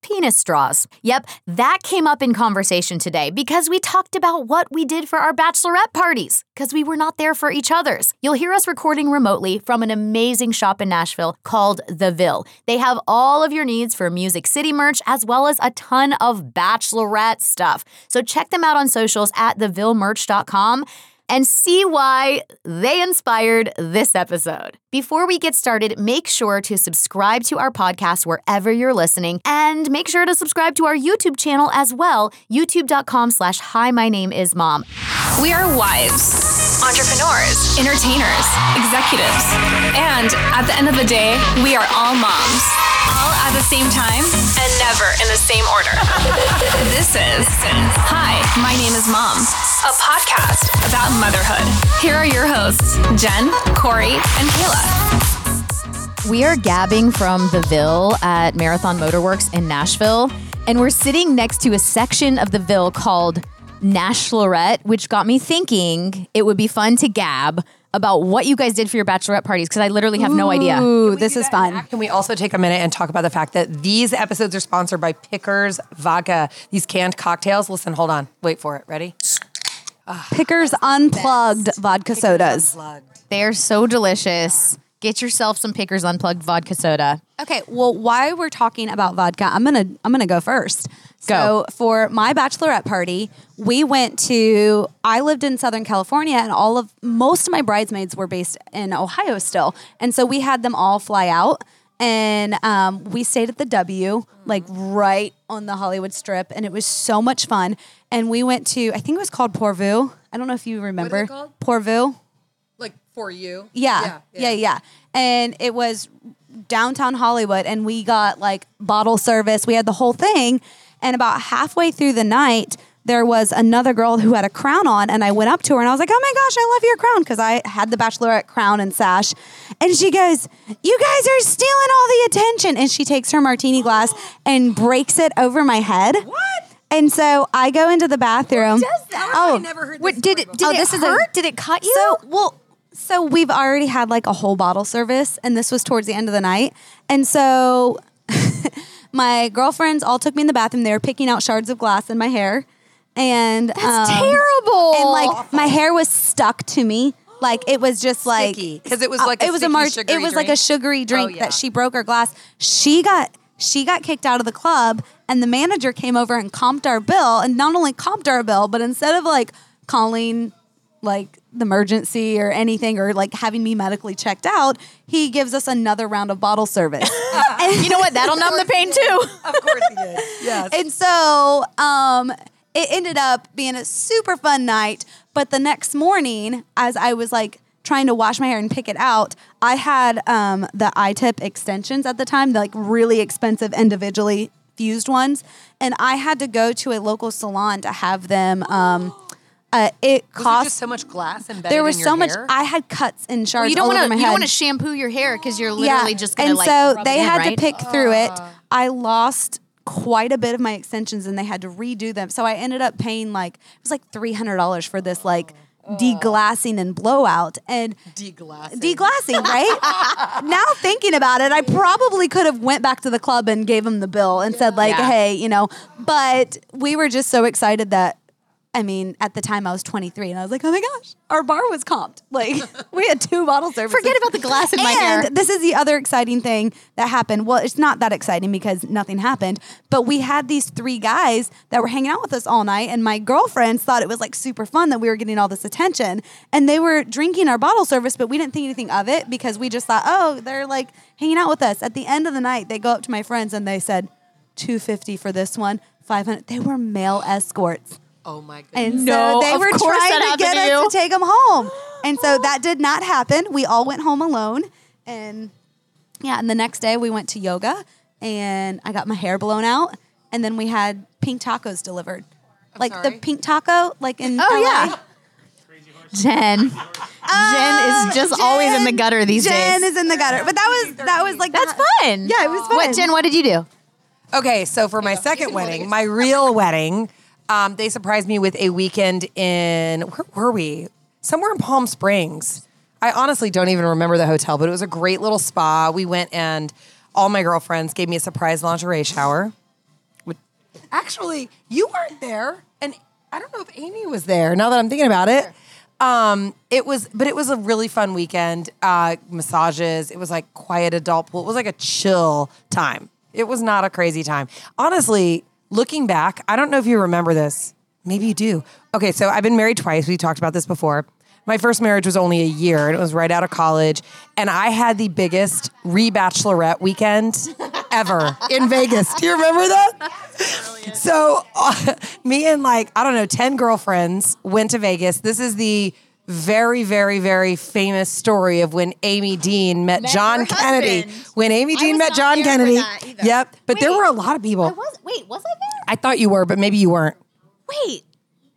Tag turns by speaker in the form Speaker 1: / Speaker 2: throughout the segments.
Speaker 1: penis straws. Yep, that came up in conversation today because we talked about what we did for our bachelorette parties because we were not there for each other's. You'll hear us recording remotely from an amazing shop in Nashville called The Ville. They have all of your needs for Music City merch as well as a ton of bachelorette stuff. So check them out on socials at thevillemerch.com and see why they inspired this episode. Before we get started, make sure to subscribe to our podcast wherever you're listening, and make sure to subscribe to our YouTube channel as well, youtube.com slash hi my name is mom.
Speaker 2: We are wives, entrepreneurs, entertainers, executives, and at the end of the day, we are all moms. All at the same time and never in the same order. this is Hi, my name is Mom, a podcast about motherhood. Here are your hosts, Jen, Corey, and Kayla.
Speaker 1: We are gabbing from the Ville at Marathon Motorworks in Nashville, and we're sitting next to a section of the Ville called Nashlorette, which got me thinking it would be fun to gab about what you guys did for your bachelorette parties because I literally have no idea.
Speaker 3: Ooh, this is fun.
Speaker 4: Can we also take a minute and talk about the fact that these episodes are sponsored by Pickers Vodka, these canned cocktails? Listen, hold on. Wait for it. Ready?
Speaker 3: Pickers unplugged vodka sodas.
Speaker 1: They are so delicious. Get yourself some Pickers Unplugged vodka soda.
Speaker 3: Okay, well, while we're talking about vodka, I'm gonna I'm gonna go first. So for my bachelorette party, we went to I lived in Southern California and all of most of my bridesmaids were based in Ohio still. And so we had them all fly out and um, we stayed at the W, like right on the Hollywood strip, and it was so much fun. And we went to I think it was called Porvu. I don't know if you remember.
Speaker 5: called?
Speaker 3: Porvu.
Speaker 5: like for you.
Speaker 3: Yeah. Yeah. Yeah. And it was downtown Hollywood, and we got like bottle service. We had the whole thing. And about halfway through the night, there was another girl who had a crown on, and I went up to her and I was like, Oh my gosh, I love your crown because I had the bachelorette crown and sash. And she goes, You guys are stealing all the attention. And she takes her martini glass and breaks it over my head. What? And so I go into the bathroom.
Speaker 5: Oh, I never heard. This
Speaker 1: What did
Speaker 5: story
Speaker 1: it? Did
Speaker 5: before.
Speaker 1: it
Speaker 3: this is a-
Speaker 1: hurt? did it cut you?
Speaker 3: So well, so we've already had like a whole bottle service, and this was towards the end of the night, and so my girlfriends all took me in the bathroom. They were picking out shards of glass in my hair, and that's
Speaker 1: terrible.
Speaker 3: And like my hair was stuck to me. Like it was just like uh,
Speaker 4: Sticky, 'cause it was like a
Speaker 3: it was a
Speaker 4: sticky,
Speaker 3: march
Speaker 4: sugary
Speaker 3: it was like a
Speaker 4: drink.
Speaker 3: sugary drink
Speaker 4: yeah.
Speaker 3: that she broke her glass. She got she got kicked out of the club, and the manager came over and comped our bill. And not only comped our bill, but instead of like calling like the emergency or anything or like having me medically checked out, he gives us another round of bottle service.
Speaker 1: you know what? That'll numb the pain too.
Speaker 4: Of course he did. Yes.
Speaker 3: and so um, it ended up being a super fun night. But the next morning, as I was like trying to wash my hair and pick it out, I had um, the eye tip extensions at the time, the like really expensive individually fused ones, and I had to go to a local salon to have them. Um, uh, it
Speaker 4: Was there
Speaker 3: cost.
Speaker 4: just so much glass embedded
Speaker 3: there was
Speaker 4: in
Speaker 3: so
Speaker 4: your
Speaker 3: much.
Speaker 4: hair?
Speaker 3: I had cuts and shards.
Speaker 1: you don't
Speaker 3: all
Speaker 1: want
Speaker 3: over
Speaker 1: to.
Speaker 3: my
Speaker 1: You
Speaker 3: head
Speaker 1: don't want to shampoo your hair because you're literally just gonna
Speaker 3: and
Speaker 1: like.
Speaker 3: so
Speaker 1: rub it
Speaker 3: they
Speaker 1: in,
Speaker 3: had
Speaker 1: right?
Speaker 3: to pick through it. I lost quite a bit of my extensions, and they had to redo them. So I ended up paying like it was like three hundred dollars for this like deglassing and blowout and
Speaker 4: Deglassing.
Speaker 3: deglassing. Right now, thinking about it, I probably could have went back to the club and gave them the bill and said like,
Speaker 1: Yeah.
Speaker 3: "Hey, you know." But we were just so excited that. I mean, at the time I was 23 and I was like, oh my gosh, our bar was comped. Like, we had two bottle services
Speaker 1: Forget about the glass in my hair.
Speaker 3: and this is the other exciting thing that happened. Well, it's not that exciting because nothing happened, but we had these three guys that were hanging out with us all night, and my girlfriends thought it was like super fun that we were getting all this attention. And they were drinking our bottle service, but we didn't think anything of it because we just thought, oh, they're like hanging out with us. At the end of the night, they go up to my friends and they said, 250 for this one, 500. They were male escorts.
Speaker 4: oh my goodness.
Speaker 3: And
Speaker 1: No,
Speaker 3: so they
Speaker 1: of
Speaker 3: were
Speaker 1: course
Speaker 3: trying
Speaker 1: that
Speaker 3: to get
Speaker 1: happened to
Speaker 3: us
Speaker 1: you.
Speaker 3: to take them home. And so that did not happen. We all went home alone. And yeah, and the next day we went to yoga and I got my hair blown out. And then we had pink tacos delivered. like
Speaker 4: sorry?
Speaker 3: the pink taco, like in
Speaker 1: Oh,
Speaker 3: LA.
Speaker 1: yeah. Jen. Jen is just always in the gutter these
Speaker 3: Oh, Jen
Speaker 1: days.
Speaker 3: is in the gutter. But that was that was like
Speaker 1: That's
Speaker 3: the-
Speaker 1: fun.
Speaker 3: Yeah, it was fun.
Speaker 1: What Jen? What did you do?
Speaker 4: Okay, so for my second wedding, my real wedding, um, they surprised me with a weekend in where were we? Somewhere in Palm Springs. I honestly don't even remember the hotel, but it was a great little spa. We went and all my girlfriends gave me a surprise lingerie shower. Actually, you weren't there, and I don't know if Amy was there. Now that I'm thinking about it, um, it was, but it was a really fun weekend. Uh, massages. It was like quiet adult pool. It was like a chill time. It was not a crazy time. Honestly, looking back, I don't know if you remember this. Maybe you do. Okay, so I've been married twice. We talked about this before. My first marriage was only a year, and it was right out of college. And I had the biggest re bachelorette weekend ever in Vegas. Do you remember that? So, uh, me and like, I don't know, 10 girlfriends went to Vegas. This is the very, very, very famous story of when Amy Dean met, John
Speaker 5: her
Speaker 4: Kennedy.
Speaker 5: husband.
Speaker 4: When Amy
Speaker 5: I
Speaker 4: Dean
Speaker 5: was
Speaker 4: met
Speaker 5: not
Speaker 4: John
Speaker 5: there for
Speaker 4: Kennedy.
Speaker 5: that either.
Speaker 4: Yep. But there were a lot of people.
Speaker 1: I was wait, was I there?
Speaker 4: I thought you were, but maybe you weren't.
Speaker 1: Wait,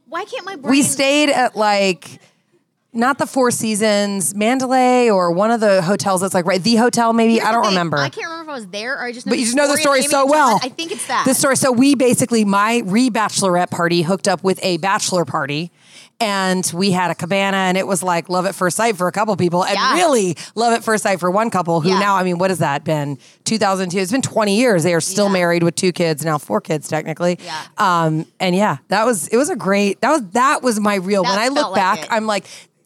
Speaker 1: why can't my brain?
Speaker 4: We stayed at like not the Four Seasons, Mandalay, or one of the hotels that's like right, the hotel maybe. I don't
Speaker 1: Okay,
Speaker 4: remember.
Speaker 1: I can't remember if I was there or I just.
Speaker 4: but you just know the story
Speaker 1: of Amy
Speaker 4: so
Speaker 1: and John.
Speaker 4: well.
Speaker 1: I think it's that.
Speaker 4: The story. So we basically, my re-bachelorette party hooked up with a bachelor party, and we had a cabana, and it was like love at first sight for a couple people, and
Speaker 1: Yeah.
Speaker 4: really love at first sight for one couple who
Speaker 1: Yeah.
Speaker 4: now, I mean, what has that been? 2002. It's been 20 years. They are still
Speaker 1: Yeah.
Speaker 4: married with two kids now, four kids technically.
Speaker 1: Yeah.
Speaker 4: Um. And yeah, that was it. Was a great. That was that was my real.
Speaker 1: That
Speaker 4: when I
Speaker 1: felt
Speaker 4: look
Speaker 1: like
Speaker 4: back,
Speaker 1: it.
Speaker 4: I'm like,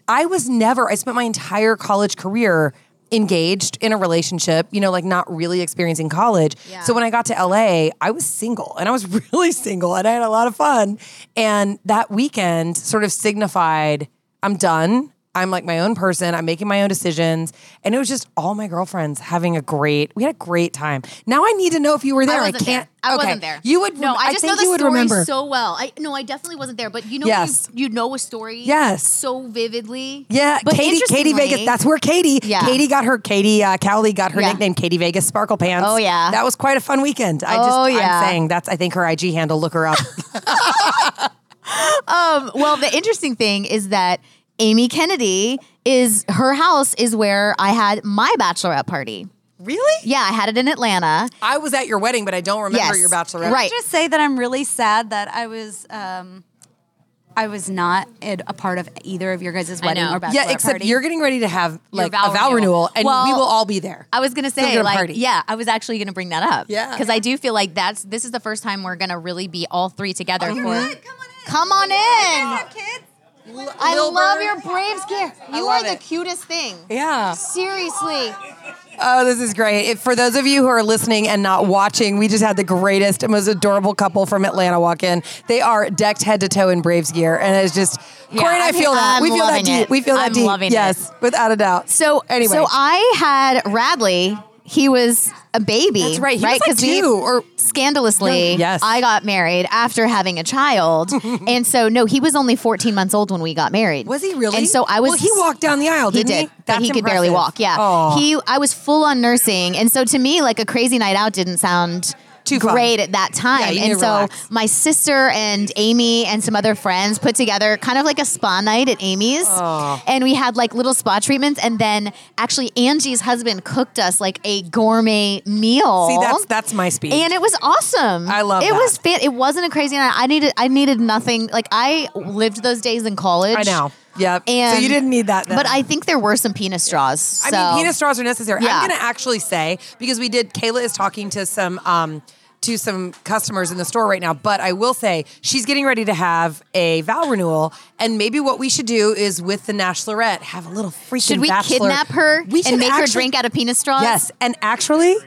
Speaker 4: I was never, I spent my entire college career engaged in a relationship, you know, like not really experiencing college.
Speaker 1: Yeah.
Speaker 4: So when I got to LA, I was single and I was really single and I had a lot of fun. And that weekend sort of signified I'm done. I'm like my own person. I'm making my own decisions. And it was just all my girlfriends having a great, we had a great time. Now I need to know if you were there. I,
Speaker 1: wasn't
Speaker 4: can't.
Speaker 1: There. I
Speaker 4: okay.
Speaker 1: wasn't there.
Speaker 4: You would,
Speaker 1: no. I, just
Speaker 4: think
Speaker 1: know the
Speaker 4: you would
Speaker 1: story
Speaker 4: remember.
Speaker 1: so well. I no, I definitely wasn't there. But you know,
Speaker 4: Yes.
Speaker 1: when you, you know a story,
Speaker 4: Yes.
Speaker 1: so vividly.
Speaker 4: Yeah,
Speaker 1: but
Speaker 4: Katie, Katie Vegas.
Speaker 1: interestingly-
Speaker 4: That's where Katie,
Speaker 1: Yeah.
Speaker 4: Katie got her, Katie uh, Cowley got her
Speaker 1: Yeah.
Speaker 4: nickname, Katie Vegas Sparkle Pants.
Speaker 1: Oh, yeah.
Speaker 4: that was quite a fun weekend. I just,
Speaker 1: Oh, yeah.
Speaker 4: I'm saying that's I think her IG handle. Look her up.
Speaker 1: well, the interesting thing is that Amy Kennedy is her house is where I had my bachelorette party.
Speaker 4: really?
Speaker 1: Yeah, I had it in Atlanta.
Speaker 4: I was at your wedding, but I don't remember
Speaker 1: Yes.
Speaker 4: your bachelorette.
Speaker 1: Right.
Speaker 3: just say that I'm really sad that I was um, I was not in- a part of either of your guys' wedding
Speaker 1: know.
Speaker 3: or bachelor
Speaker 4: Yeah, except
Speaker 3: party.
Speaker 4: you're getting ready to have like
Speaker 1: vow
Speaker 4: a vow renewal,
Speaker 1: renewal.
Speaker 4: and we
Speaker 1: Well,
Speaker 4: will all be there.
Speaker 1: I was gonna
Speaker 4: Still
Speaker 1: say,
Speaker 4: gonna
Speaker 1: like,
Speaker 4: party.
Speaker 1: yeah, I was actually gonna bring that up.
Speaker 4: Yeah.
Speaker 1: because I do feel like that's this is the first time we're gonna really be all three together. for
Speaker 3: Come
Speaker 1: come on in.
Speaker 3: kids.
Speaker 1: I
Speaker 4: Lil
Speaker 1: love
Speaker 4: Bird.
Speaker 1: your Braves gear. You are
Speaker 4: love
Speaker 1: the
Speaker 4: it.
Speaker 1: cutest thing.
Speaker 4: Yeah.
Speaker 1: Seriously.
Speaker 4: Oh, this is great. If, for those of you who are listening and not watching, we just had the greatest and most adorable couple from Atlanta walk in. They are decked head to toe in Braves gear, and it's just Corey and I
Speaker 1: I'm-
Speaker 4: feel that.
Speaker 1: I'm
Speaker 4: we feel that
Speaker 1: loving
Speaker 4: deep.
Speaker 1: it.
Speaker 4: We feel that
Speaker 1: I'm
Speaker 4: deep.
Speaker 1: loving it.
Speaker 4: yes, without a doubt.
Speaker 1: So
Speaker 4: anyway,
Speaker 1: so I had Radley. He was a baby.
Speaker 4: That's right. He was,
Speaker 1: right?
Speaker 4: like,
Speaker 1: we-
Speaker 4: two or-
Speaker 1: scandalously,
Speaker 4: No, yes.
Speaker 1: I got married after having a child, and so no, he was only 14 months old when we got married.
Speaker 4: was he really?
Speaker 1: And so I was.
Speaker 4: Well, he walked down the aisle.
Speaker 1: He
Speaker 4: Didn't he
Speaker 1: did, but he could barely
Speaker 4: impressive.
Speaker 1: walk. Yeah,
Speaker 4: Oh.
Speaker 1: he. I was full on nursing, and so to me, like a crazy night out didn't sound
Speaker 4: Too fun.
Speaker 1: great at that
Speaker 4: Yeah,
Speaker 1: time.
Speaker 4: you need to
Speaker 1: and so
Speaker 4: relax.
Speaker 1: my sister and Amy and some other friends put together kind of like a spa night at Amy's, and we had like little spa treatments, and then actually Angie's husband cooked us like a gourmet meal.
Speaker 4: See, that's that's my speed.
Speaker 1: And it was awesome.
Speaker 4: I love
Speaker 1: it.
Speaker 4: that.
Speaker 1: Was fan- it wasn't a crazy night. I needed I needed nothing. Like I lived those days in college.
Speaker 4: I know. Yep.
Speaker 1: And
Speaker 4: so you didn't need that. Then.
Speaker 1: But I think there were some penis straws. So.
Speaker 4: I mean, penis straws are necessary.
Speaker 1: Yeah.
Speaker 4: I'm going to actually say because we did. Kayla is talking to some um, to some customers in the store right now, but I will say she's getting ready to have a vow renewal, and maybe what we should do is with the Nashlerette have a little freaking.
Speaker 1: Should we
Speaker 4: bachelor-
Speaker 1: kidnap her
Speaker 4: We should
Speaker 1: and make her
Speaker 4: actually-
Speaker 1: drink out of penis straws?
Speaker 4: Yes, and actually,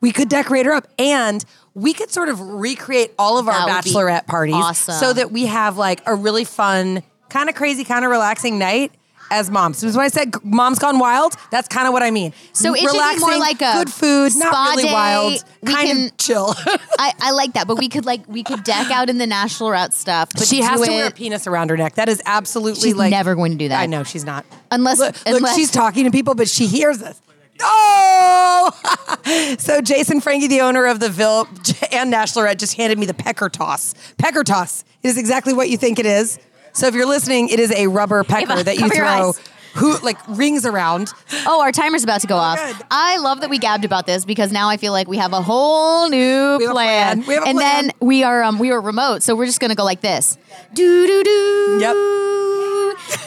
Speaker 4: we could decorate her up, and we could sort of recreate all of our
Speaker 1: That would be
Speaker 4: bachelorette parties,
Speaker 1: awesome.
Speaker 4: so that we have like a really fun, kind of crazy, kind of relaxing night. As moms, so when I said mom's gone wild, that's kind of what I mean.
Speaker 1: So it should be more like a
Speaker 4: good food,
Speaker 1: spa
Speaker 4: not really
Speaker 1: day.
Speaker 4: wild,
Speaker 1: We
Speaker 4: kind
Speaker 1: can-
Speaker 4: of chill.
Speaker 1: I, I like that, but we could like we could deck out in the national route stuff. But
Speaker 4: she has
Speaker 1: do
Speaker 4: to wear a
Speaker 1: it-
Speaker 4: penis around her neck. That is absolutely
Speaker 1: She's
Speaker 4: like
Speaker 1: never going to do that.
Speaker 4: I know she's not.
Speaker 1: Unless-
Speaker 4: look, look,
Speaker 1: unless-
Speaker 4: she's talking to people, but she hears us. Oh, so Jason Frankie, the owner of the Ville and Nashlerette, just handed me the pecker toss. Pecker toss is exactly what you think it is. So if you're listening, it is a rubber pecker
Speaker 1: I
Speaker 4: that you
Speaker 1: cover your
Speaker 4: throw.
Speaker 1: eyes.
Speaker 4: Who like rings around?
Speaker 1: Oh, our timer's about to go off.
Speaker 4: good.
Speaker 1: I love that we gabbed about this because now I feel like we have a whole new
Speaker 4: We have a
Speaker 1: plan.
Speaker 4: plan. We have a
Speaker 1: and
Speaker 4: plan.
Speaker 1: then we are um we are remote, so we're just gonna go like this. Do do do.
Speaker 4: Yep.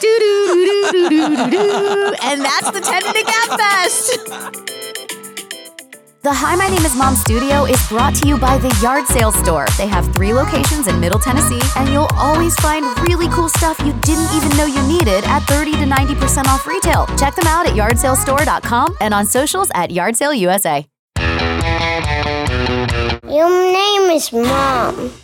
Speaker 1: Do do do do do do do. And that's the ten minute gab fest. The Hi, My Name Is Mom studio is brought to you by the Yard Sale Store. They have three locations in Middle Tennessee, and you'll always find really cool stuff you didn't even know you needed at 30 to 90% off retail. Check them out at yardsalestore.com and on socials at Yard Sale USA.
Speaker 6: Your name is Mom.